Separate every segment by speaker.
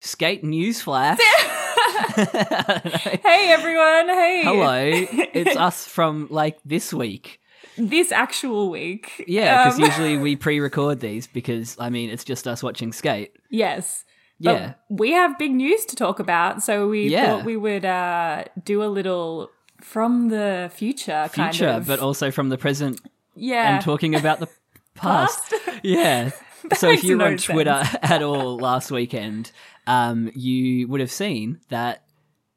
Speaker 1: Skate newsflash.
Speaker 2: Hey everyone, hey.
Speaker 1: Hello, it's us from like this week.
Speaker 2: This actual week.
Speaker 1: Yeah, because
Speaker 2: Um,
Speaker 1: usually we pre-record these because I mean it's just us watching skate.
Speaker 2: Oh, yes. But
Speaker 1: Yeah,
Speaker 2: we have big news to talk about, so we
Speaker 1: Yeah.
Speaker 2: thought we would uh, do a little from the future kind
Speaker 1: future,
Speaker 2: of.
Speaker 1: but also from the present
Speaker 2: yeah.
Speaker 1: and talking about the past. yeah. So if
Speaker 2: makes
Speaker 1: you were on
Speaker 2: no
Speaker 1: Twitter at all last weekend, um, you would have seen that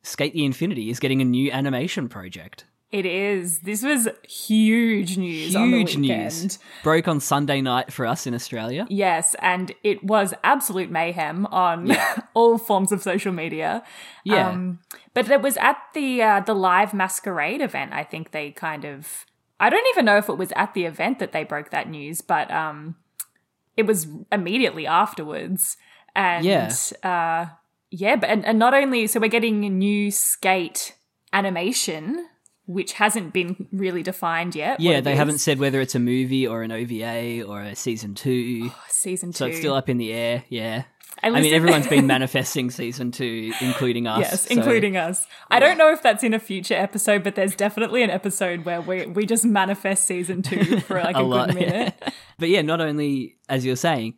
Speaker 1: Skate the Infinity is getting a new animation project.
Speaker 2: It is. This was huge news. on the
Speaker 1: Huge
Speaker 2: weekend.
Speaker 1: news. Broke on Sunday night for us in Australia.
Speaker 2: Yes, and it was absolute mayhem on all forms of social media. Um,
Speaker 1: Yeah.
Speaker 2: but it was at the uh, the live masquerade event. I think they kind of. I don't even know if it was at the event that they broke that news, but um, it was immediately afterwards. And
Speaker 1: Yeah.
Speaker 2: uh, yeah, but and, and not only so we're getting a new skate animation, which hasn't been really defined yet. what
Speaker 1: Yeah,
Speaker 2: it
Speaker 1: they
Speaker 2: is.
Speaker 1: haven't said whether it's a movie or an OVA or a season two.
Speaker 2: Oh, season two.
Speaker 1: So it's still up in the air. Yeah.
Speaker 2: I
Speaker 1: I mean,
Speaker 2: listened-
Speaker 1: everyone's been manifesting season two, including us.
Speaker 2: Yes,
Speaker 1: so-
Speaker 2: including us. I don't know if that's in a future episode, but there's definitely an episode where we, we just manifest season two for like a, good
Speaker 1: lot, yeah.
Speaker 2: minute.
Speaker 1: But yeah, not only, as you're saying,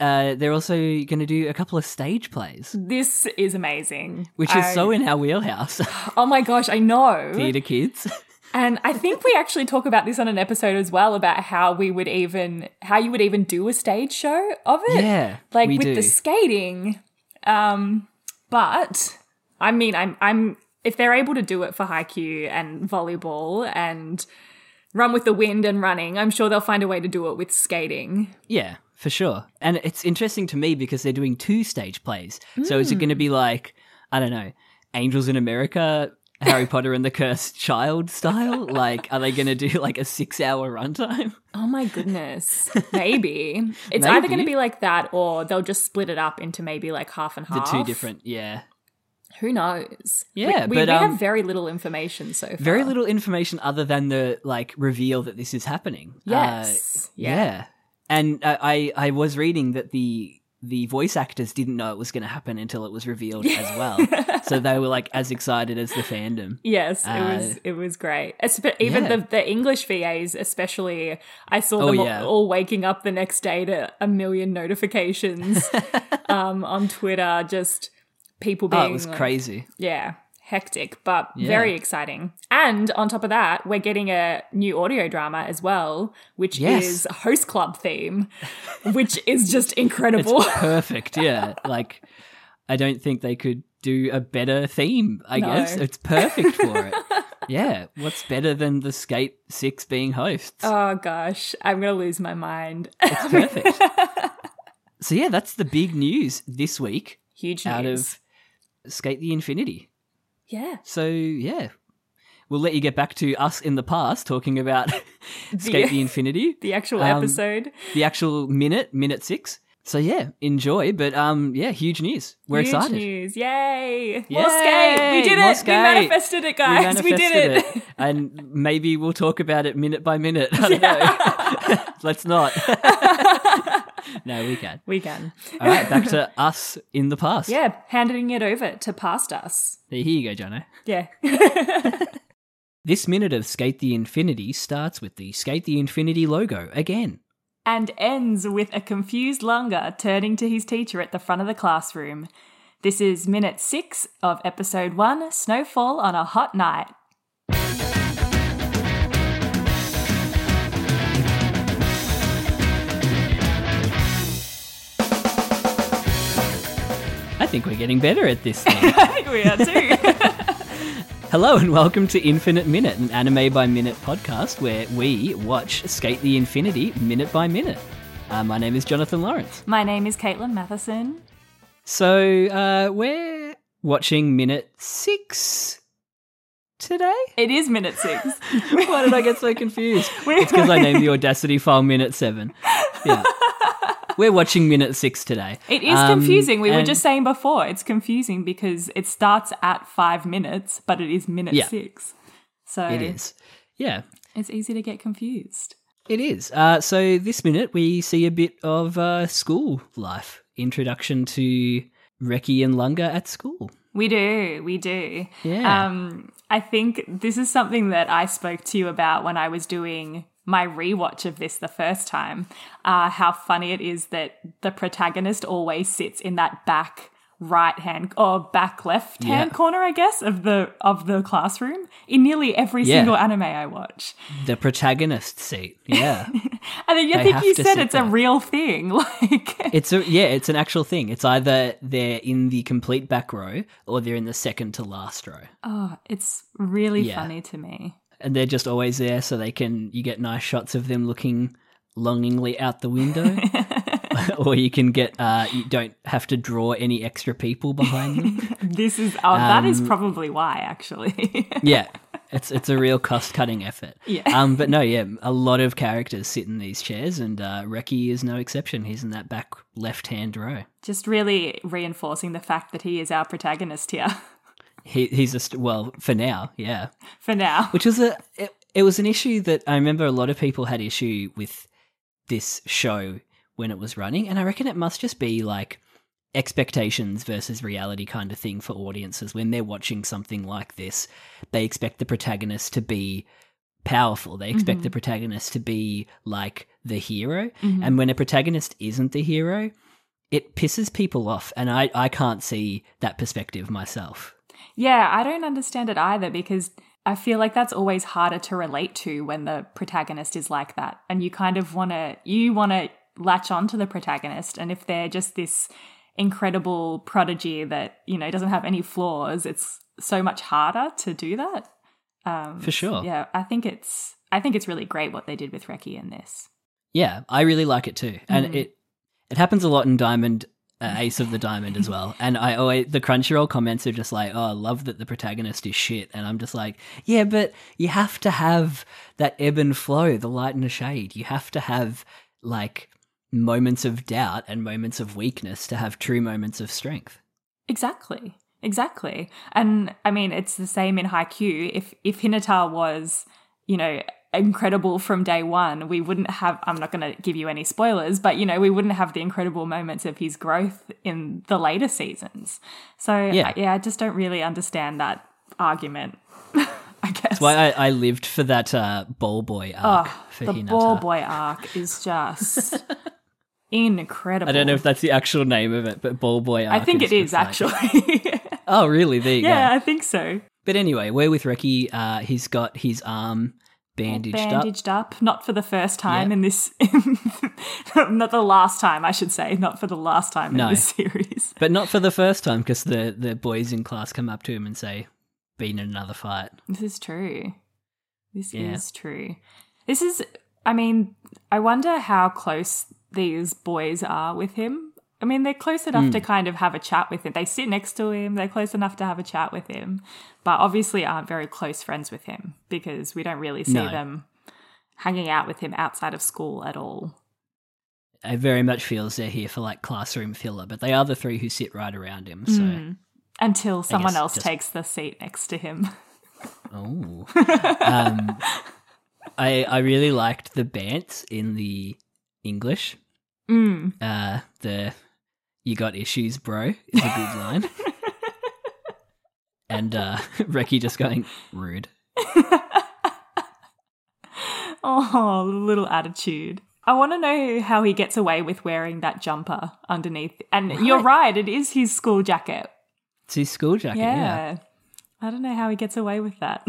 Speaker 1: uh, they're also going to do a couple of stage plays,
Speaker 2: This is amazing.
Speaker 1: which is so in our wheelhouse,
Speaker 2: Oh my gosh, I know.
Speaker 1: theatre kids.
Speaker 2: And I think we actually talk about this on an episode as well about how we would even how you would even do a stage show of it.
Speaker 1: Yeah,
Speaker 2: Like
Speaker 1: we
Speaker 2: with
Speaker 1: do.
Speaker 2: the skating. Um but I mean I'm I'm if they're able to do it for haiku and volleyball and run with the wind and running, I'm sure they'll find a way to do it with skating.
Speaker 1: Yeah, for sure. And it's interesting to me because they're doing two stage plays. So is it going to
Speaker 2: Hmm.
Speaker 1: be like, I don't know, Angels in America, Harry Potter and the Cursed Child style? Like, are they going to do like a six hour runtime?
Speaker 2: Oh my goodness. Maybe. It's
Speaker 1: Maybe.
Speaker 2: either going to be like that or they'll just split it up into maybe like half and
Speaker 1: The
Speaker 2: half.
Speaker 1: two different, yeah.
Speaker 2: Who knows?
Speaker 1: Yeah,
Speaker 2: we, we,
Speaker 1: but,
Speaker 2: we
Speaker 1: um,
Speaker 2: have very little information so far.
Speaker 1: Very little information other than the like reveal that this is happening.
Speaker 2: Yes.
Speaker 1: Uh, yeah.
Speaker 2: Yeah.
Speaker 1: And uh, I I was reading that the the voice actors didn't know it was going to happen until it was revealed as well. so they were like as excited as the fandom.
Speaker 2: Yes, it
Speaker 1: Uh,
Speaker 2: was. It was great. Espe- Even
Speaker 1: yeah.
Speaker 2: the, the English VAs, especially, I saw
Speaker 1: Oh,
Speaker 2: them all-
Speaker 1: yeah.
Speaker 2: all waking up the next day to a million notifications um, on Twitter. Just people being
Speaker 1: Oh, it was
Speaker 2: like-
Speaker 1: crazy.
Speaker 2: Yeah, hectic, but
Speaker 1: Yeah.
Speaker 2: very exciting. And on top of that, we're getting a new audio drama as well, which
Speaker 1: Yes.
Speaker 2: is host club theme, which is just incredible.
Speaker 1: It's perfect, yeah. Like, I don't think they could do a better theme, I
Speaker 2: No.
Speaker 1: guess. It's perfect for it. yeah. What's better than the Skate Six being hosts?
Speaker 2: oh gosh, I'm gonna lose my mind.
Speaker 1: it's perfect. so, yeah, that's the big news this week
Speaker 2: Huge news.
Speaker 1: out of Skate the Infinity.
Speaker 2: yeah.
Speaker 1: So, yeah. We'll let you get back to us in the past talking about Skate the Infinity,
Speaker 2: the actual
Speaker 1: Um,
Speaker 2: episode.
Speaker 1: the actual minute, minute six. So yeah, enjoy. But um, yeah, huge news. We're
Speaker 2: Huge
Speaker 1: excited.
Speaker 2: news. Yay.
Speaker 1: Yay!
Speaker 2: More skate. We did
Speaker 1: More
Speaker 2: it.
Speaker 1: skate.
Speaker 2: We manifested it, guys. We, did it.
Speaker 1: manifested and maybe we'll talk about it minute by minute. I don't know. Let's not. no, we can.
Speaker 2: We can.
Speaker 1: All right, back to us in the past.
Speaker 2: Yeah, handing it over to past us.
Speaker 1: Here you go, Jono.
Speaker 2: Yeah.
Speaker 1: This minute of Skate the Infinity starts with the Skate the Infinity logo again.
Speaker 2: and ends with a confused Lunga turning to his teacher at the front of the classroom. This is minute six of episode one Snowfall on a Hot Night.
Speaker 1: I think we're getting better at this now.
Speaker 2: I think we are too.
Speaker 1: Hello and welcome to Infinite Minute, an anime by minute podcast where we watch Skate the Infinity minute by minute. Uh, my name is Jonathan Lawrence.
Speaker 2: My name is Caitlin Matheson.
Speaker 1: So uh, we're watching minute six today.
Speaker 2: It is minute six.
Speaker 1: Why did I get so confused? it's because I named the Audacity file minute seven. Yeah. We're watching minute six today.
Speaker 2: It is
Speaker 1: Um,
Speaker 2: confusing. We were
Speaker 1: and-
Speaker 2: just saying before, it's confusing because it starts at five minutes, but it is minute
Speaker 1: Yeah.
Speaker 2: six. So
Speaker 1: It is. Yeah,
Speaker 2: it's easy to get confused.
Speaker 1: it is. Uh, so this minute we see a bit of uh, school life. Introduction to Reki and Lunga at school.
Speaker 2: We do, we do.
Speaker 1: Yeah.
Speaker 2: Um, I think this is something that I spoke to you about when I was doing my rewatch of this the first time. Uh, how funny it is that the protagonist always sits in that back right hand or back left hand
Speaker 1: Yeah.
Speaker 2: corner, I guess, of the of the classroom in nearly every
Speaker 1: Yeah.
Speaker 2: single anime I watch.
Speaker 1: The protagonist seat. Yeah.
Speaker 2: And then you
Speaker 1: They
Speaker 2: think
Speaker 1: have
Speaker 2: you
Speaker 1: to
Speaker 2: said
Speaker 1: sit
Speaker 2: it's a
Speaker 1: there.
Speaker 2: real thing, like
Speaker 1: It's a yeah, it's an actual thing. It's either they're in the complete back row or they're in the second to last row.
Speaker 2: oh, it's really
Speaker 1: Yeah.
Speaker 2: funny to me.
Speaker 1: And they're just always there so they can you get nice shots of them looking longingly out the window. or you can get uh you don't have to draw any extra people behind them.
Speaker 2: This is oh, that
Speaker 1: Um,
Speaker 2: is probably why actually.
Speaker 1: yeah. It's it's a real cost cutting effort.
Speaker 2: Yeah.
Speaker 1: Um but no, yeah, a lot of characters sit in these chairs and uh Reki is no exception. He's in that back left hand row.
Speaker 2: just really reinforcing the fact that he is our protagonist here
Speaker 1: He he's a st- well, for now, yeah.
Speaker 2: for now.
Speaker 1: which was a it, it was an issue that I remember a lot of people had issue with this show when it was running, and I reckon it must just be like expectations versus reality kind of thing for audiences when they're watching something like this. They expect the protagonist to be powerful. They expect the protagonist to be like the hero, and when a protagonist isn't the hero, it pisses people off, and I I can't see that perspective myself.
Speaker 2: Yeah, I don't understand it either because I feel like that's always harder to relate to when the protagonist is like that. And you kind of want to, you want to latch on to the protagonist. And if they're just this incredible prodigy that, you know, doesn't have any flaws, it's so much harder to do that. Um,
Speaker 1: For sure.
Speaker 2: Yeah, I think it's, I think it's really great what they did with Reki in this.
Speaker 1: Yeah, I really like it too, and
Speaker 2: Mm.
Speaker 1: it it happens a lot in Diamond uh, Ace of the Diamond as well. And I always the Crunchyroll comments are just like, "Oh, I love that the protagonist is shit," and I'm just like, "Yeah, but you have to have that ebb and flow, the light and the shade. You have to have like moments of doubt and moments of weakness to have true moments of strength."
Speaker 2: Exactly. Exactly. And I mean, it's the same in Haikyuu. If if Hinata was, you know, incredible from day one, we wouldn't have I'm not gonna give you any spoilers, but you know, we wouldn't have the incredible moments of his growth in the later seasons. So
Speaker 1: Yeah.
Speaker 2: yeah, I just don't really understand that argument. I guess.
Speaker 1: Why I, I lived for that uh, ball boy arc for
Speaker 2: the
Speaker 1: Hinata.
Speaker 2: ball boy arc is just incredible.
Speaker 1: I don't know if that's the actual name of it, but ball boy
Speaker 2: I
Speaker 1: arc.
Speaker 2: think it
Speaker 1: just
Speaker 2: is
Speaker 1: like-
Speaker 2: actually.
Speaker 1: Oh, really? There you go.
Speaker 2: yeah, I think so.
Speaker 1: But anyway, we're with Reki. Uh, he's got his arm bandaged, up.
Speaker 2: bandaged up. not for the first time
Speaker 1: Yeah.
Speaker 2: in this, not the last time, I should say, not for the last time
Speaker 1: No.
Speaker 2: in this series.
Speaker 1: But not for the first time because the, the boys in class come up to him and say, been in another fight.
Speaker 2: This is true. This
Speaker 1: Yeah.
Speaker 2: is true. This is, I mean, I wonder how close these boys are with him. I mean, they're close enough
Speaker 1: Hmm.
Speaker 2: to kind of have a chat with him. They sit next to him, they're close enough to have a chat with him, but obviously aren't very close friends with him because we don't really see
Speaker 1: No.
Speaker 2: them hanging out with him outside of school at all.
Speaker 1: It very much feels they're here for like classroom filler, but they are the three who sit right around him. So,
Speaker 2: Mm. until someone
Speaker 1: guess
Speaker 2: else
Speaker 1: just-
Speaker 2: takes the seat next to him.
Speaker 1: oh. um, I, I really liked the bants in the English.
Speaker 2: Mm.
Speaker 1: Uh, the you got issues, bro, is a good line. and uh, Reki just going, rude.
Speaker 2: Oh, little attitude. I want to know how he gets away with wearing that jumper underneath. And you're right, it is his school jacket.
Speaker 1: It's his school jacket,
Speaker 2: Yeah.
Speaker 1: yeah.
Speaker 2: I don't know how he gets away with that.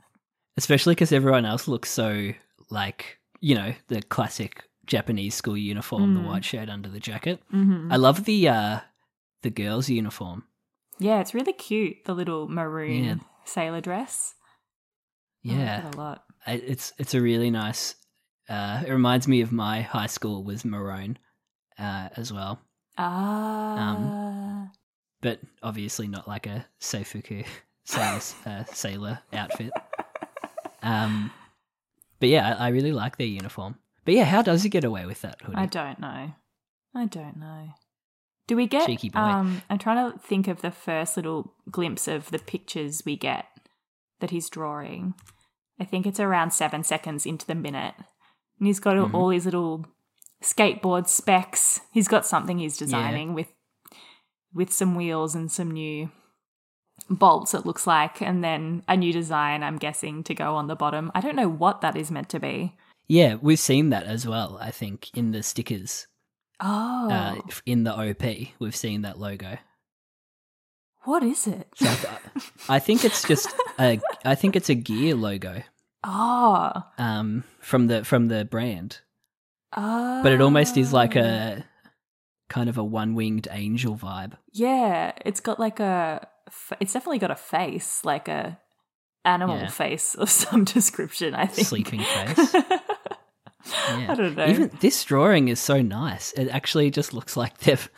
Speaker 1: especially because everyone else looks so like you know the classic Japanese school uniform, the white shirt under the jacket.
Speaker 2: Mhm.
Speaker 1: I love the uh, the girls' uniform.
Speaker 2: yeah, it's really cute, the little maroon
Speaker 1: Yeah.
Speaker 2: sailor dress. Oh, I like
Speaker 1: Yeah,
Speaker 2: it a lot.
Speaker 1: I- it's it's a really nice Uh, it reminds me of my high school was Maroon uh, as well,
Speaker 2: Ah.
Speaker 1: Um, but obviously not like a Seifuku sailor's, uh, sailor outfit. Um, but yeah, I, I really like their uniform. But yeah, how does he get away with that hoodie?
Speaker 2: I don't know. I don't know. Do we get?
Speaker 1: Cheeky boy.
Speaker 2: Um, I'm trying to think of the first little glimpse of the pictures we get that he's drawing. I think it's around seven seconds into the minute, and he's got
Speaker 1: Mm-hmm.
Speaker 2: all his little skateboard specs. He's got something he's designing with with some wheels and some new bolts. It looks like, and then a new design. I'm guessing to go on the bottom. I don't know what that is meant to be.
Speaker 1: Yeah, we've seen that as well. I think in the stickers,
Speaker 2: Oh,
Speaker 1: uh, f- in the OP, we've seen that logo.
Speaker 2: what is it?
Speaker 1: So I, th- I think it's just a, I think it's a gear logo
Speaker 2: Oh,
Speaker 1: um, from the from the brand,
Speaker 2: oh.
Speaker 1: but it almost is like a kind of a one winged angel vibe.
Speaker 2: Yeah, it's got like a. f- It's definitely got a face, like a animal
Speaker 1: Yeah.
Speaker 2: face of some description. I think
Speaker 1: Sleeping face. Yeah.
Speaker 2: I don't know.
Speaker 1: Even this drawing is so nice. It actually just looks like they've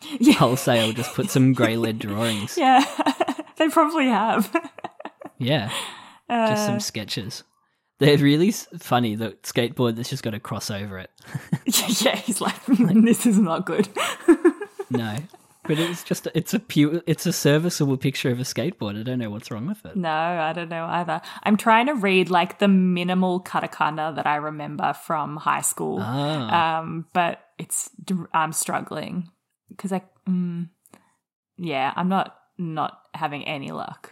Speaker 2: yeah,
Speaker 1: wholesale just put some grey lead drawings. Yeah,
Speaker 2: yeah, they probably have.
Speaker 1: just some sketches. They're really s- funny. The skateboard that's just got a cross over it.
Speaker 2: yeah, he's like, this is not good.
Speaker 1: No, but it's just it's a pure it's a serviceable picture of a skateboard. I don't know what's wrong with it.
Speaker 2: No, I don't know either. I'm trying to read like the minimal katakana that I remember from high school.
Speaker 1: Ah.
Speaker 2: Um, but it's I'm struggling because I, mm, yeah, I'm not not having any luck.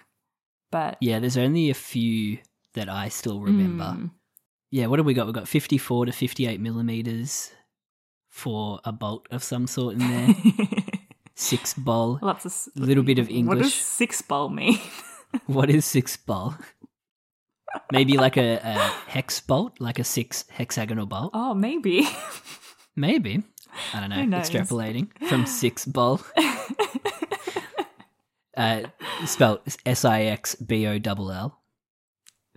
Speaker 2: But
Speaker 1: Yeah, there's only a few that I still remember.
Speaker 2: Hmm.
Speaker 1: Yeah, what have we got? We've got 54 to 58 millimeters for a bolt of some sort in there. six bowl.
Speaker 2: mm. lots of s-
Speaker 1: little bit of
Speaker 2: What does
Speaker 1: English.
Speaker 2: six bowl mean?
Speaker 1: What is six bowl? Maybe like a, a hex bolt, like a six hexagonal bolt.
Speaker 2: oh, maybe.
Speaker 1: Maybe. I don't
Speaker 2: Who
Speaker 1: know.
Speaker 2: knows?
Speaker 1: Extrapolating from six bowl. uh, spelt S I X B O double L.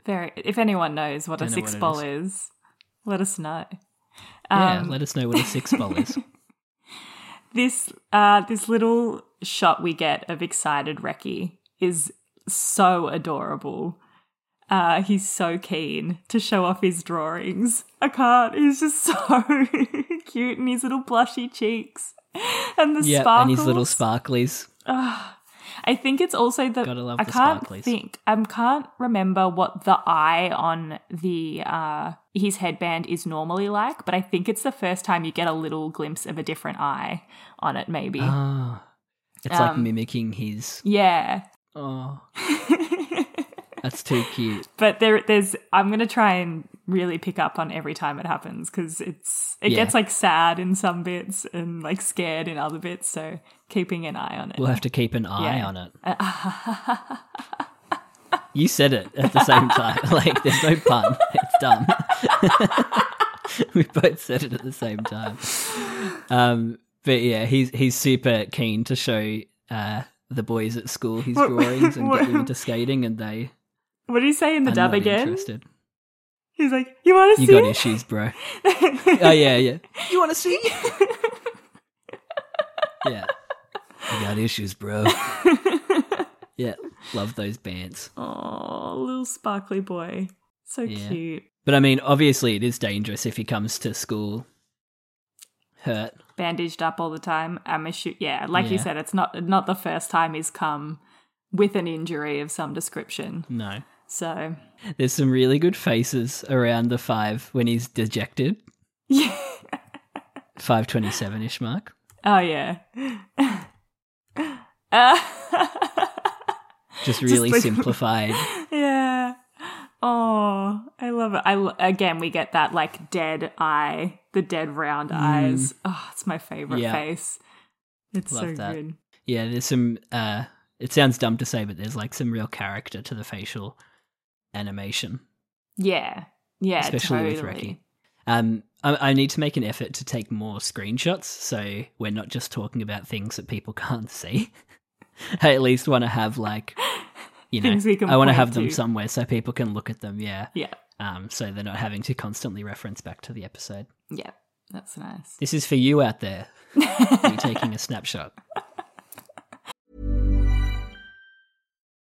Speaker 2: Very. If anyone knows what a
Speaker 1: Don't know
Speaker 2: six
Speaker 1: what it
Speaker 2: bowl is. let us know.
Speaker 1: Yeah,
Speaker 2: Um,
Speaker 1: let us know what a six bowl is.
Speaker 2: this uh this little shot we get of excited Reki is so adorable. Uh he's so keen to show off his drawings. I can't. He's just so cute and his little blushy cheeks and the
Speaker 1: yeah,
Speaker 2: sparkles.
Speaker 1: and his little sparklies.
Speaker 2: I think it's also the
Speaker 1: Gotta love
Speaker 2: I
Speaker 1: the
Speaker 2: can't
Speaker 1: sparklies.
Speaker 2: think I can't remember what the eye on the uh his headband is normally like, but I think it's the first time you get a little glimpse of a different eye on it maybe.
Speaker 1: Oh, it's
Speaker 2: Um,
Speaker 1: like mimicking his.
Speaker 2: yeah.
Speaker 1: Oh, that's too cute.
Speaker 2: but there there's I'm gonna try and really pick up on every time it happens because it's it
Speaker 1: Yeah.
Speaker 2: gets like sad in some bits and like scared in other bits. So keeping an eye on it.
Speaker 1: We'll have to keep an eye
Speaker 2: Yeah.
Speaker 1: on it. you said it at the same time. Like, there's no pun. It's done. we both said it at the same time. Um, but yeah, he's he's super keen to show uh, the boys at school his
Speaker 2: What-
Speaker 1: drawings and get them
Speaker 2: what-
Speaker 1: into skating, and they
Speaker 2: What do you say in the
Speaker 1: are
Speaker 2: dub
Speaker 1: not
Speaker 2: again?
Speaker 1: interested.
Speaker 2: He's like, you want to
Speaker 1: You
Speaker 2: see
Speaker 1: got
Speaker 2: it?
Speaker 1: issues, bro. oh yeah, yeah. You want to see? yeah. You got issues, bro. yeah, love those bands.
Speaker 2: Oh, little sparkly boy, so
Speaker 1: Yeah.
Speaker 2: cute.
Speaker 1: But I mean, obviously, it is dangerous if he comes to school hurt.
Speaker 2: Bandaged up all the time. I'm a shoot. Yeah, like you
Speaker 1: Yeah.
Speaker 2: said, it's not not the first time he's come with an injury of some description.
Speaker 1: No.
Speaker 2: So
Speaker 1: There's some really good faces around the five when he's dejected.
Speaker 2: yeah.
Speaker 1: 527 ish mark.
Speaker 2: Oh yeah. Uh,
Speaker 1: Just really
Speaker 2: like-
Speaker 1: simplified.
Speaker 2: yeah. Oh, I love it. I lo- again we get that like dead eye, the dead round eyes. Oh, it's my favorite
Speaker 1: Mm. Yeah.
Speaker 2: face. It's
Speaker 1: Love
Speaker 2: so
Speaker 1: that.
Speaker 2: good.
Speaker 1: Yeah, there's some. Uh, it sounds dumb to say, but there's like some real character to the facial animation.
Speaker 2: Yeah. Yeah,
Speaker 1: especially
Speaker 2: totally.
Speaker 1: with Reki. Um, I, I need to make an effort to take more screenshots, so we're not just talking about things that people can't see. I at least want to have like, you know,
Speaker 2: Things we can
Speaker 1: I want to
Speaker 2: point
Speaker 1: have them
Speaker 2: to.
Speaker 1: somewhere so people can look at them. Yeah,
Speaker 2: Yeah.
Speaker 1: um, so they're not having to constantly reference back to the episode.
Speaker 2: Yeah, that's nice.
Speaker 1: This is for you out there. you taking a snapshot.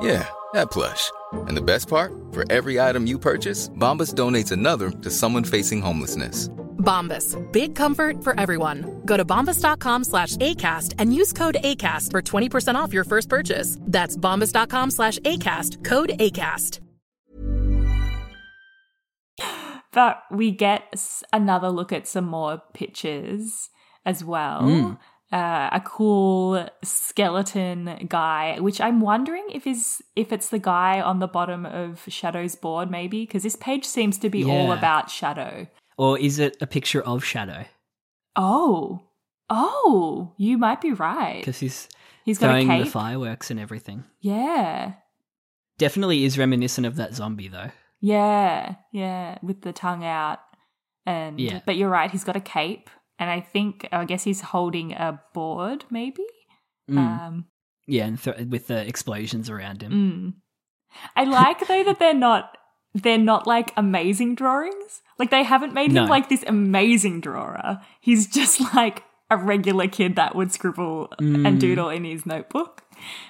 Speaker 3: Yeah, that plush. And the best part? For every item you purchase, Bombas donates another to someone facing homelessness.
Speaker 4: Bombas. Big comfort for everyone. Go to bombas.com slash ACAST and use code ACAST for 20% off your first purchase. That's bombas.com slash ACAST. Code ACAST.
Speaker 2: But we get s- another look at some more pictures as well.
Speaker 1: Hmm.
Speaker 2: Uh, a cool skeleton guy, which I'm wondering if is if it's the guy on the bottom of Shadow's board, maybe because this page seems to be all
Speaker 1: Yeah.
Speaker 2: about Shadow.
Speaker 1: Or is it a picture of Shadow?
Speaker 2: Oh, oh, you might be right.
Speaker 1: Because he's
Speaker 2: He's got a
Speaker 1: throwing the
Speaker 2: cape.
Speaker 1: fireworks and everything.
Speaker 2: yeah,
Speaker 1: Definitely is reminiscent of that zombie though.
Speaker 2: yeah, yeah, with the tongue out. And
Speaker 1: Yeah.
Speaker 2: but you're right. He's got a cape, and I think I guess he's holding a board, maybe.
Speaker 1: Mm.
Speaker 2: Um,
Speaker 1: yeah, and th- with the explosions around him.
Speaker 2: Mm. I like though that they're not they're not like amazing drawings. Like they haven't made
Speaker 1: No.
Speaker 2: him like this amazing drawer. He's just like a regular kid that would scribble and doodle in his notebook,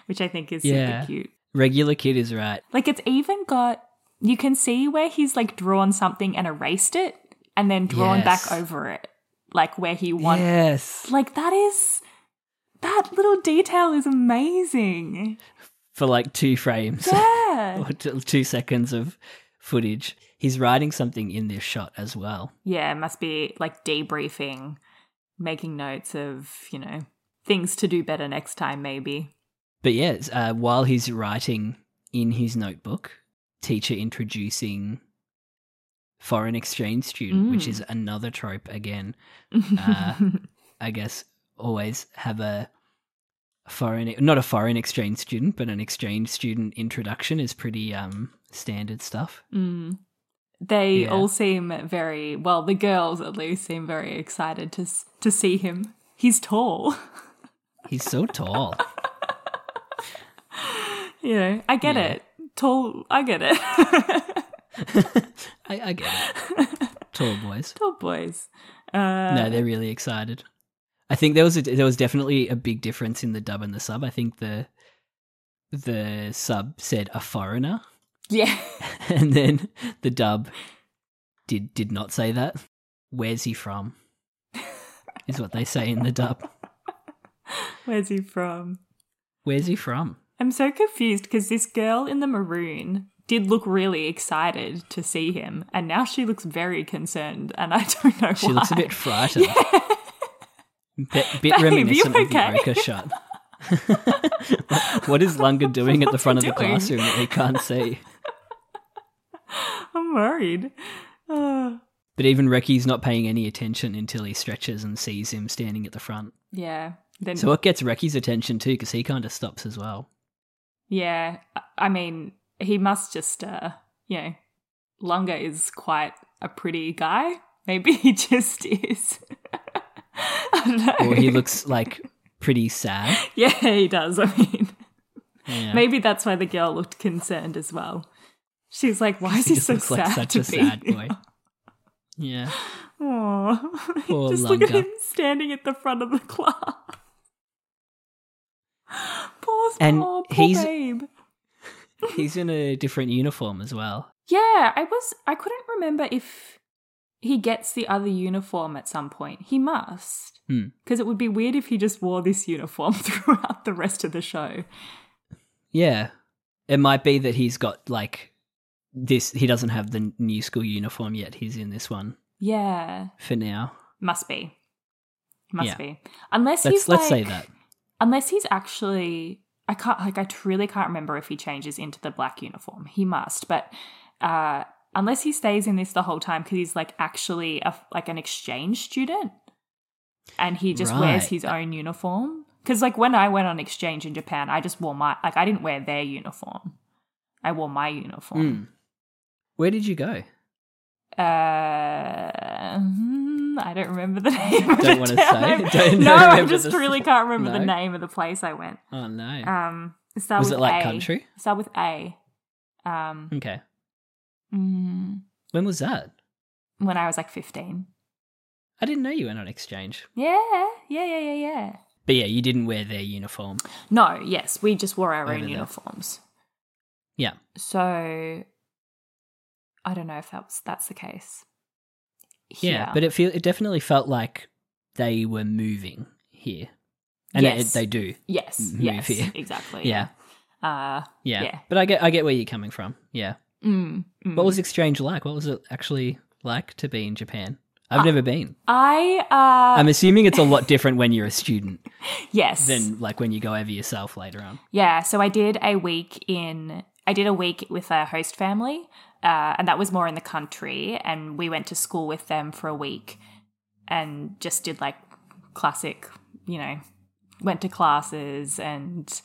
Speaker 2: which I think is
Speaker 1: Mm. Yeah.
Speaker 2: super cute.
Speaker 1: Regular kid is right.
Speaker 2: Like it's even got you can see where he's like drawn something and erased it and then drawn
Speaker 1: Yes.
Speaker 2: back over it. Like where he wants
Speaker 1: Yes.
Speaker 2: like that is that little detail is amazing.
Speaker 1: For like two frames
Speaker 2: Yeah.
Speaker 1: or t- two seconds of footage. He's writing something in this shot as well.
Speaker 2: yeah, it must be like debriefing, making notes of, you know, things to do better next time, maybe.
Speaker 1: But yeah, it's, uh, while he's writing in his notebook, teacher introducing foreign exchange student, which
Speaker 2: Mm.
Speaker 1: is another trope again. Uh, I guess always have a foreign, not a foreign exchange student, but an exchange student introduction is pretty um, standard stuff.
Speaker 2: Mm. They
Speaker 1: Yeah.
Speaker 2: all seem very, well, the girls at least seem very excited to, s- to see him. He's tall.
Speaker 1: He's so tall.
Speaker 2: you know, I get
Speaker 1: Yeah.
Speaker 2: it. Tall, I get it.
Speaker 1: I, I get it. Tall boys.
Speaker 2: tall boys. Uh,
Speaker 1: no, they're really excited. I think there was a, there was definitely a big difference in the dub and the sub. I think the the sub said a foreigner,
Speaker 2: yeah.
Speaker 1: and then the dub did did not say that. Where's he from? Is what they say in the dub.
Speaker 2: Where's he from?
Speaker 1: Where's he from?
Speaker 2: I'm so confused because this girl in the maroon did look really excited to see him, and now she looks very concerned, and I don't know
Speaker 1: She
Speaker 2: why.
Speaker 1: looks a bit frightened. Bit, bit
Speaker 2: Babe, you
Speaker 1: reminiscent of the
Speaker 2: okay?
Speaker 1: Oka shot. what is Lunga doing at the
Speaker 2: What's
Speaker 1: front of
Speaker 2: he
Speaker 1: the
Speaker 2: doing?
Speaker 1: classroom that we can't see?
Speaker 2: I'm worried. Uh,
Speaker 1: But even Reki's not paying any attention until he stretches and sees him standing at the front.
Speaker 2: yeah. Then
Speaker 1: So what gets Reki's attention too, because he kind of stops as well.
Speaker 2: yeah, I- I mean, he must just uh, you know, Lunga is quite a pretty guy. Maybe he just is. I don't know.
Speaker 1: Or he looks like pretty sad.
Speaker 2: yeah, he does. I mean,
Speaker 1: Yeah.
Speaker 2: maybe that's why the girl looked concerned as well. She's like, "Why is
Speaker 1: he
Speaker 2: he,
Speaker 1: just
Speaker 2: so
Speaker 1: looks
Speaker 2: sad
Speaker 1: like such
Speaker 2: to
Speaker 1: a
Speaker 2: be
Speaker 1: sad
Speaker 2: here?"
Speaker 1: boy. Yeah.
Speaker 2: Aw.
Speaker 1: Poor
Speaker 2: Just look at
Speaker 1: Lunga.
Speaker 2: him standing at the front of the class. poor,
Speaker 1: And
Speaker 2: poor, poor
Speaker 1: he's-
Speaker 2: babe.
Speaker 1: He's in a different uniform as well.
Speaker 2: Yeah, I was. I couldn't remember if he gets the other uniform at some point. He must,
Speaker 1: Hmm.
Speaker 2: because it would be weird if he just wore this uniform throughout the rest of the show.
Speaker 1: Yeah. It might be that he's got like this he doesn't have the new school uniform yet. He's in this one
Speaker 2: Yeah.
Speaker 1: for now.
Speaker 2: Must be. Must
Speaker 1: Yeah.
Speaker 2: be. Unless
Speaker 1: Let's
Speaker 2: he's
Speaker 1: let's say
Speaker 2: like,
Speaker 1: that.
Speaker 2: Unless he's actually I can't like I really can't remember if he changes into the black uniform. He must, but uh unless he stays in this the whole time cuz he's like actually a, like an exchange student and he just wears
Speaker 1: Right.
Speaker 2: his own uniform cuz like when I went on exchange in Japan, I just wore my like I didn't wear their uniform. I wore my uniform.
Speaker 1: Mm. Where did you go?
Speaker 2: Uh, hmm, I don't remember the name. of
Speaker 1: Don't
Speaker 2: the
Speaker 1: wanna
Speaker 2: town.
Speaker 1: say.
Speaker 2: I'm-
Speaker 1: Don't
Speaker 2: no, I
Speaker 1: remember
Speaker 2: just
Speaker 1: the-
Speaker 2: really can't remember the
Speaker 1: No?
Speaker 2: name of the place I went.
Speaker 1: Oh no.
Speaker 2: Um, it started
Speaker 1: Was
Speaker 2: with
Speaker 1: it like
Speaker 2: A.
Speaker 1: country?
Speaker 2: It started with A. Um,
Speaker 1: okay. Hmm.
Speaker 2: mm,
Speaker 1: When was that?
Speaker 2: when I was like fifteen.
Speaker 1: I didn't know you went on exchange.
Speaker 2: Yeah, yeah, yeah, yeah, yeah.
Speaker 1: But yeah, you didn't wear their uniform.
Speaker 2: No, yes, we just wore our
Speaker 1: Over
Speaker 2: own
Speaker 1: there.
Speaker 2: uniforms.
Speaker 1: Yeah.
Speaker 2: So I don't know if that was that's the case.
Speaker 1: Yeah,
Speaker 2: Here.
Speaker 1: but it feel it definitely felt like they were moving here. And
Speaker 2: Yes.
Speaker 1: it, they do.
Speaker 2: yes,
Speaker 1: move
Speaker 2: yes,
Speaker 1: here.
Speaker 2: exactly.
Speaker 1: Yeah.
Speaker 2: Uh,
Speaker 1: Yeah.
Speaker 2: Yeah.
Speaker 1: But I get I get where you're coming from. Yeah.
Speaker 2: mm, mm.
Speaker 1: What was exchange like? What was it actually like to be in Japan? I've never been.
Speaker 2: I uh
Speaker 1: I'm assuming it's a lot different when you're a student
Speaker 2: yes.
Speaker 1: than like when you go over yourself later on.
Speaker 2: Yeah, so I did a week in I did a week with a host family, uh, and that was more in the country, and we went to school with them for a week, and just did like classic, you know, went to classes, and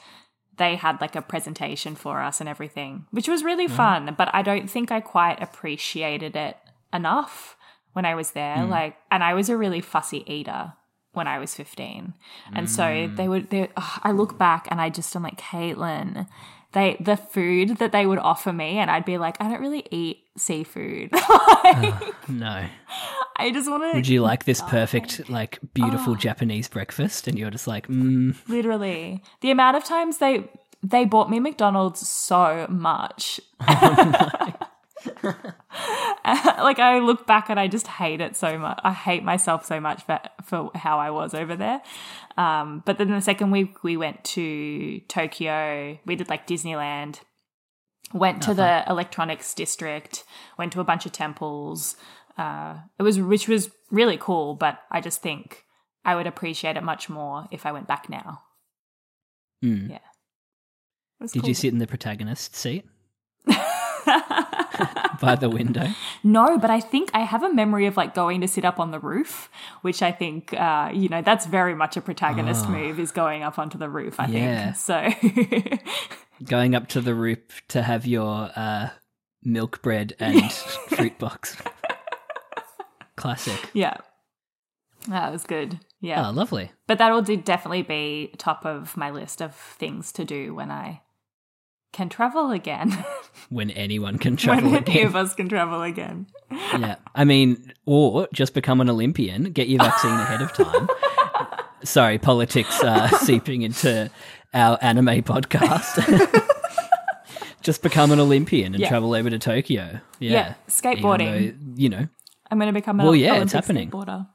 Speaker 2: they had like a presentation for us and everything, which was really fun. But I don't think I quite appreciated it enough when I was there.
Speaker 1: Mm.
Speaker 2: Like, and I was a really fussy eater when I was 15. And
Speaker 1: Mm.
Speaker 2: so they would, they, ugh, I look back and I just, I'm like, Caitlin, they, the food that they would offer me, and I'd be like, I don't really eat seafood. Like,
Speaker 1: No.
Speaker 2: I just want to.
Speaker 1: Would you like this
Speaker 2: Oh.
Speaker 1: perfect, like beautiful Japanese breakfast? And you're just like, mm,
Speaker 2: Literally. The amount of times they, they bought me McDonald's so much. like I look back and I just hate it so much. I hate myself so much for, for how I was over there. Um, but then the second week we went to Tokyo. We did like Disneyland. Went to the
Speaker 1: Uh-huh.
Speaker 2: electronics district. Went to a bunch of temples. Uh, it was which was really cool. But I just think I would appreciate it much more if I went back now.
Speaker 1: mm.
Speaker 2: Yeah. It was
Speaker 1: Did
Speaker 2: cool.
Speaker 1: you sit in the protagonist seat by the window?
Speaker 2: No, but I think I have a memory of like going to sit up on the roof, which I think, uh, you know, that's very much a protagonist move is going up onto the roof, I
Speaker 1: Ah. Yeah.
Speaker 2: think. So,
Speaker 1: Going up to the roof to have your uh, milk bread and fruit box. Classic.
Speaker 2: yeah. That was good. Yeah.
Speaker 1: Oh, lovely.
Speaker 2: but that will did definitely be top of my list of things to do when I can travel again.
Speaker 1: When anyone can travel
Speaker 2: when any
Speaker 1: again.
Speaker 2: of us can travel again.
Speaker 1: yeah. I mean, or just become an Olympian, get your vaccine ahead of time. Sorry, politics uh, seeping into our anime podcast. just become an Olympian and
Speaker 2: Yeah.
Speaker 1: travel over to Tokyo. Yeah.
Speaker 2: Yeah, skateboarding.
Speaker 1: Even though, you know,
Speaker 2: I'm going to become an
Speaker 1: Well, yeah,
Speaker 2: Olympic
Speaker 1: it's happening.
Speaker 2: skateboarder.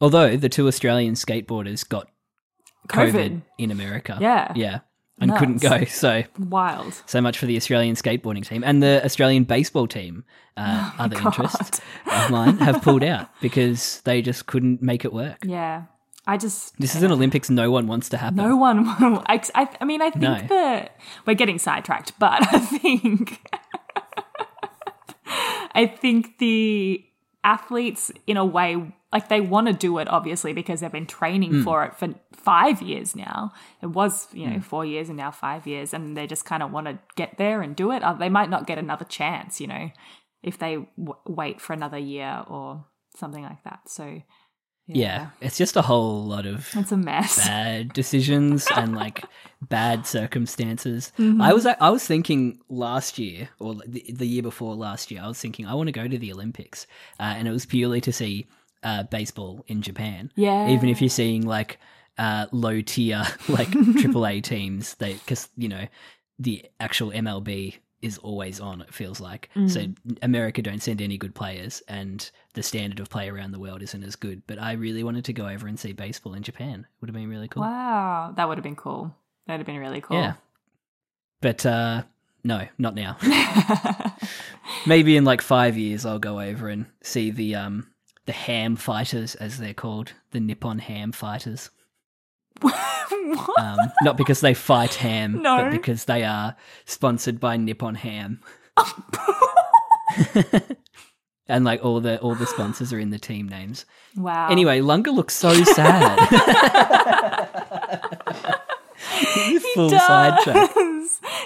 Speaker 1: although the two Australian skateboarders got COVID,
Speaker 2: COVID.
Speaker 1: in America.
Speaker 2: Yeah.
Speaker 1: Yeah. And couldn't
Speaker 2: Nuts.
Speaker 1: go. So,
Speaker 2: Wild.
Speaker 1: so much for the Australian skateboarding team and the Australian baseball team.
Speaker 2: Oh
Speaker 1: Uh, other interests of mine have pulled out because they just couldn't make it work.
Speaker 2: Yeah. I just
Speaker 1: This is an Olympics no one wants to happen.
Speaker 2: No one. will- I, I, I mean, I think
Speaker 1: No.
Speaker 2: that we're getting sidetracked, but I think I think the athletes, in a way, like they want to do it, obviously, because they've been training
Speaker 1: Mm.
Speaker 2: for it for five years now. It was, you know, four years and now five years, and they just kind of want to get there and do it. Uh, They might not get another chance, you know, if they w- wait for another year or something like that. So,
Speaker 1: yeah. it's just a whole lot of
Speaker 2: it's a mess.
Speaker 1: bad decisions and like bad circumstances. I was I was thinking last year or the, the year before last year, I was thinking I want to go to the Olympics, uh, and it was purely to see uh, baseball in Japan.
Speaker 2: Yeah.
Speaker 1: even if you're seeing like uh, low tier like AAA teams, they because you know the actual MLB is always on. It feels like so America don't send any good players, and the standard of play around the world isn't as good. But I really wanted to go over and see baseball in Japan. Would have been really cool.
Speaker 2: Wow, that would have been cool. That'd have been really cool.
Speaker 1: Yeah. But uh, no, not now. Maybe in like five years, I'll go over and see the um the ham fighters, as they're called, the Nippon ham fighters.
Speaker 2: what?
Speaker 1: Um, not because they fight ham,
Speaker 2: No.
Speaker 1: but because they are sponsored by Nippon Ham, and like all the all the sponsors are in the team names.
Speaker 2: wow.
Speaker 1: Anyway, Lunga looks so sad. Full sidetrack.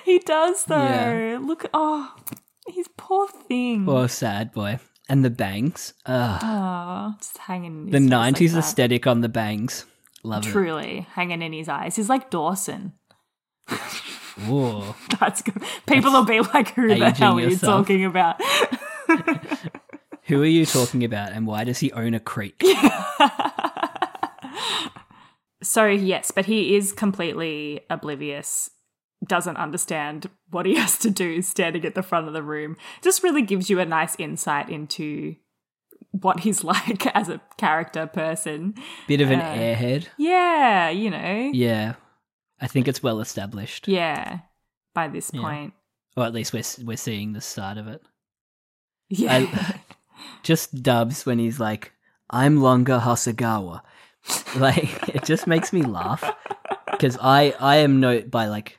Speaker 2: he does though.
Speaker 1: Yeah.
Speaker 2: Look, oh, he's poor thing.
Speaker 1: Oh, sad boy. And the bangs. Ugh.
Speaker 2: Oh, just hanging. In his
Speaker 1: The
Speaker 2: face
Speaker 1: nineties
Speaker 2: like that.
Speaker 1: aesthetic on the bangs. Love
Speaker 2: Truly hanging in his eyes. He's like Dawson.
Speaker 1: it. Ooh.
Speaker 2: That's good. People will be like, "Who the
Speaker 1: Aging
Speaker 2: hell are you
Speaker 1: yourself.
Speaker 2: talking about?"
Speaker 1: Who are you talking about and why does he own a creek?
Speaker 2: So yes, but he is completely oblivious. Doesn't understand what he has to do standing at the front of the room. Just really gives you a nice insight into what he's like as a character person.
Speaker 1: Bit of an
Speaker 2: Uh,
Speaker 1: airhead.
Speaker 2: Yeah, you know.
Speaker 1: Yeah. I think it's well established.
Speaker 2: Yeah, by this
Speaker 1: Yeah.
Speaker 2: point.
Speaker 1: Or at least we're s- we're seeing the start of it.
Speaker 2: Yeah.
Speaker 1: I, just dubs when he's like, "I'm Longa Hasagawa," like it just makes me laugh because I I am no by like.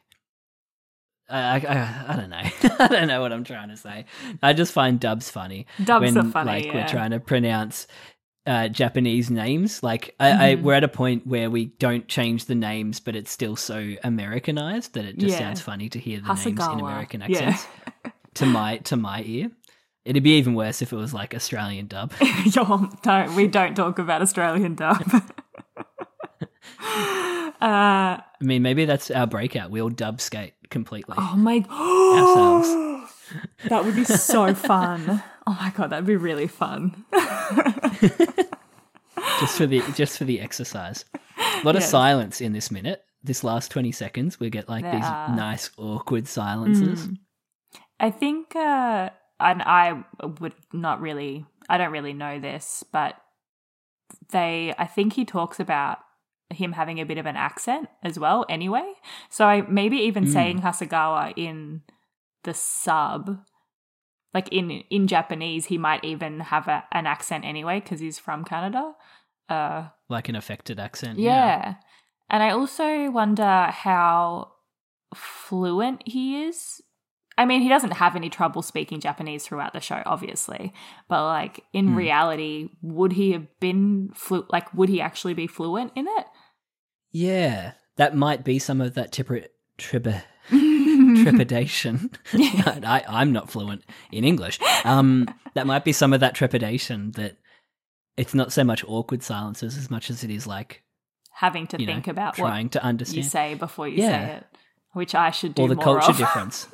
Speaker 1: I, I- I, I don't know. I don't know what I'm trying to say. I just find dubs funny.
Speaker 2: Dubs are funny,
Speaker 1: Like
Speaker 2: yeah.
Speaker 1: we're trying to pronounce uh, Japanese names. Like I,
Speaker 2: Mm-hmm.
Speaker 1: I, we're at a point where we don't change the names, but it's still so Americanized that it just
Speaker 2: Yeah.
Speaker 1: sounds funny to hear the names
Speaker 2: Hasegawa.
Speaker 1: in American
Speaker 2: Yeah.
Speaker 1: accents. to my to my ear, it'd be even worse if it was like Australian dub.
Speaker 2: Yo, don't, we don't talk about Australian dub. uh,
Speaker 1: I mean, maybe that's our breakout. We'll dub skate completely.
Speaker 2: oh my.
Speaker 1: Ourselves.
Speaker 2: that would be so fun. Oh my God, that'd be really fun.
Speaker 1: just for the just for the exercise. A lot of silence in this minute. This last twenty seconds, we get like these
Speaker 2: Yeah. Mm.
Speaker 1: nice awkward silences.
Speaker 2: I think, uh, and I would not really, I don't really know this, but they, I think he talks about him having a bit of an accent as well, anyway. So I maybe even saying Hasegawa in the sub, like in in Japanese, he might even have a, an accent anyway because he's from Canada. Uh,
Speaker 1: Like an affected accent.
Speaker 2: yeah. And I also wonder how fluent he is. I mean, he doesn't have any trouble speaking Japanese throughout the show, obviously. But like in
Speaker 1: Hmm.
Speaker 2: reality, would he have been flu like would he actually be fluent in it?
Speaker 1: Yeah. That might be some of that tipper tripper trepidation. I, I'm not fluent in English. Um, that might be some of that trepidation that it's not so much awkward silences as much as it is like
Speaker 2: Having to
Speaker 1: you know,
Speaker 2: think about
Speaker 1: trying
Speaker 2: what
Speaker 1: to understand
Speaker 2: you say before you
Speaker 1: Yeah.
Speaker 2: say it. Which I should do
Speaker 1: or the
Speaker 2: more
Speaker 1: culture
Speaker 2: of.
Speaker 1: difference.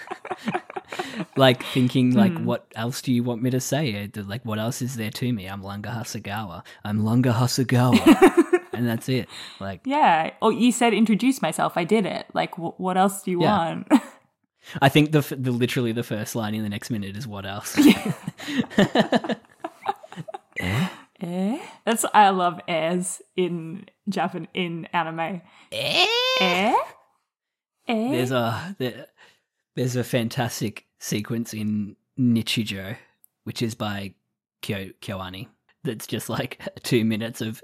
Speaker 1: like thinking like
Speaker 2: Hmm.
Speaker 1: what else do you want me to say? Uh, Like what else is there to me? I'm Lunga Hasegawa. I'm Lunga Hasegawa. and that's it. Like
Speaker 2: yeah. Oh, you said introduce myself. I did it. Like, wh- what else do you
Speaker 1: Yeah.
Speaker 2: want?
Speaker 1: I think the, f- the literally the first line in the next minute is what else?
Speaker 2: Eh? That's I love airs in Japan in anime. Eh? Eh?
Speaker 1: There's a there, there's a fantastic sequence in Nichijo, which is by Kyo Kyoani. That's just like two minutes of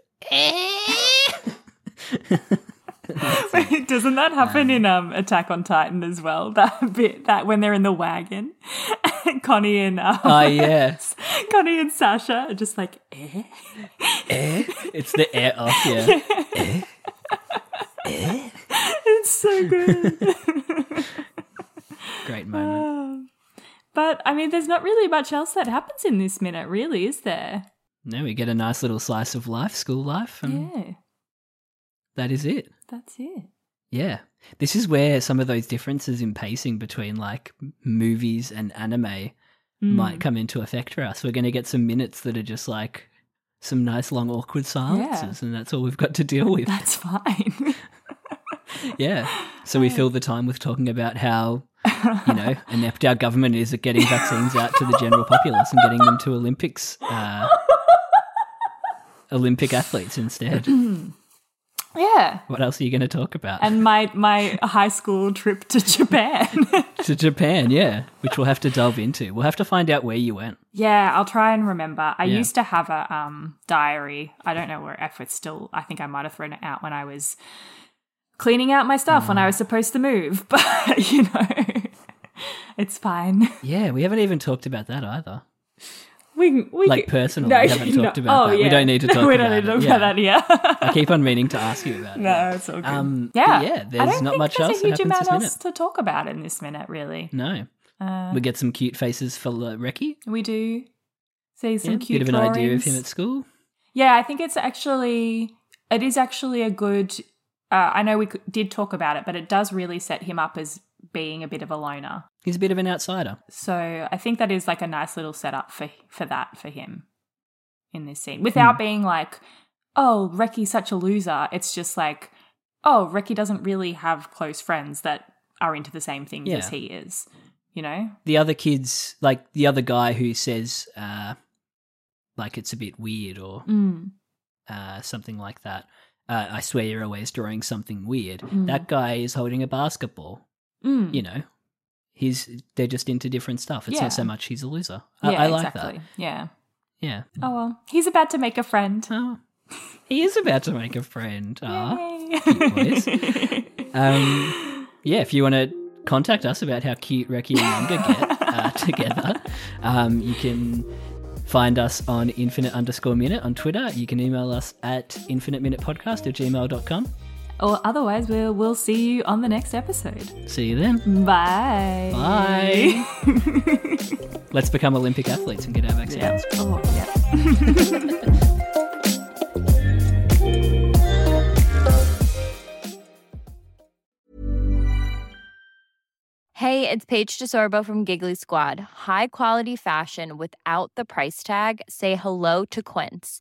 Speaker 2: Wait, doesn't that happen in um Attack on Titan as well? That bit that when they're in the wagon, Connie and um,
Speaker 1: oh yeah,
Speaker 2: Connie and Sasha are just like eh.
Speaker 1: it's the air off yeah.
Speaker 2: It's so good.
Speaker 1: Great moment.
Speaker 2: Um, but I mean, there's not really much else that happens in this minute, really, is there?
Speaker 1: Now we get a nice little slice of life, school life, and
Speaker 2: Yeah,
Speaker 1: that is it.
Speaker 2: that's it.
Speaker 1: Yeah. This is where some of those differences in pacing between like m- movies and anime might come into effect for us. We're going to get some minutes that are just like some nice long awkward silences and that's all we've got to deal with.
Speaker 2: That's fine.
Speaker 1: yeah. So we fill the time with talking about how you know, inept our government is at getting vaccines out to the general populace and getting them to Olympics uh, Olympic athletes instead.
Speaker 2: Yeah.
Speaker 1: What else are you going to talk about?
Speaker 2: And my my high school trip to Japan.
Speaker 1: to Japan, yeah, which we'll have to delve into. We'll have to find out where you went.
Speaker 2: yeah, I'll try and remember. I
Speaker 1: Yeah.
Speaker 2: used to have a um diary. I don't know where if it's still. I think I might have thrown it out when I was cleaning out my stuff when I was supposed to move. But you know, it's fine.
Speaker 1: Yeah, we haven't even talked about that either.
Speaker 2: We can- we
Speaker 1: Like,
Speaker 2: can-
Speaker 1: personally, we haven't talked about that. We don't need to
Speaker 2: No,
Speaker 1: talk
Speaker 2: Oh, we
Speaker 1: about
Speaker 2: don't need to
Speaker 1: it.
Speaker 2: talk
Speaker 1: Yeah.
Speaker 2: about that. Yeah.
Speaker 1: I keep on meaning to ask you about it.
Speaker 2: no, it's all good.
Speaker 1: Um,
Speaker 2: yeah,
Speaker 1: but yeah,
Speaker 2: I
Speaker 1: there's
Speaker 2: don't
Speaker 1: not
Speaker 2: think
Speaker 1: much
Speaker 2: there's
Speaker 1: else
Speaker 2: a
Speaker 1: that
Speaker 2: huge
Speaker 1: happens
Speaker 2: amount
Speaker 1: this
Speaker 2: else Uh, to talk about in this minute, really.
Speaker 1: minute. No. we get some cute faces for Le- Reki.
Speaker 2: We do see some
Speaker 1: Yeah,
Speaker 2: cute
Speaker 1: bit of an
Speaker 2: drawings.
Speaker 1: idea of him at school.
Speaker 2: yeah, I think it's actually it is actually a good. Uh, I know we c- did talk about it, but it does really set him up as being a bit of a loner.
Speaker 1: He's a bit of an outsider.
Speaker 2: So I think that is like a nice little setup for for that for him in this scene,
Speaker 1: Hmm.
Speaker 2: without being like, "Oh, Reki's such a loser." It's just like, "Oh, Reki doesn't really have close friends that are into the same things
Speaker 1: Yeah.
Speaker 2: as he is." You know?
Speaker 1: The other kids, like the other guy who says, uh, like it's a bit weird or
Speaker 2: Mm.
Speaker 1: uh, something like that. Uh, I swear you're always drawing something weird. That guy is holding a basketball.
Speaker 2: Mm.
Speaker 1: You know, he's they're just into different stuff. It's
Speaker 2: Yeah.
Speaker 1: not so much he's a loser. I, I like that.
Speaker 2: Yeah.
Speaker 1: Yeah.
Speaker 2: Oh well, he's about to make a friend.
Speaker 1: Oh, he is about to make a friend. Ah.
Speaker 2: Yay.
Speaker 1: boys. Um, yeah, if you want to contact us about how cute Reki and Manga get uh, together, um, you can find us on infinite underscore minute on Twitter. You can email us at infinite minute podcast at gmail.com.
Speaker 2: or otherwise, we'll we'll see you on the next episode.
Speaker 1: See you then.
Speaker 2: Bye.
Speaker 1: Bye. Let's become Olympic athletes and get our vaccines.
Speaker 2: Oh, yeah.
Speaker 5: Hey, it's Paige DeSorbo from Giggly Squad. High quality fashion without the price tag. Say hello to Quince.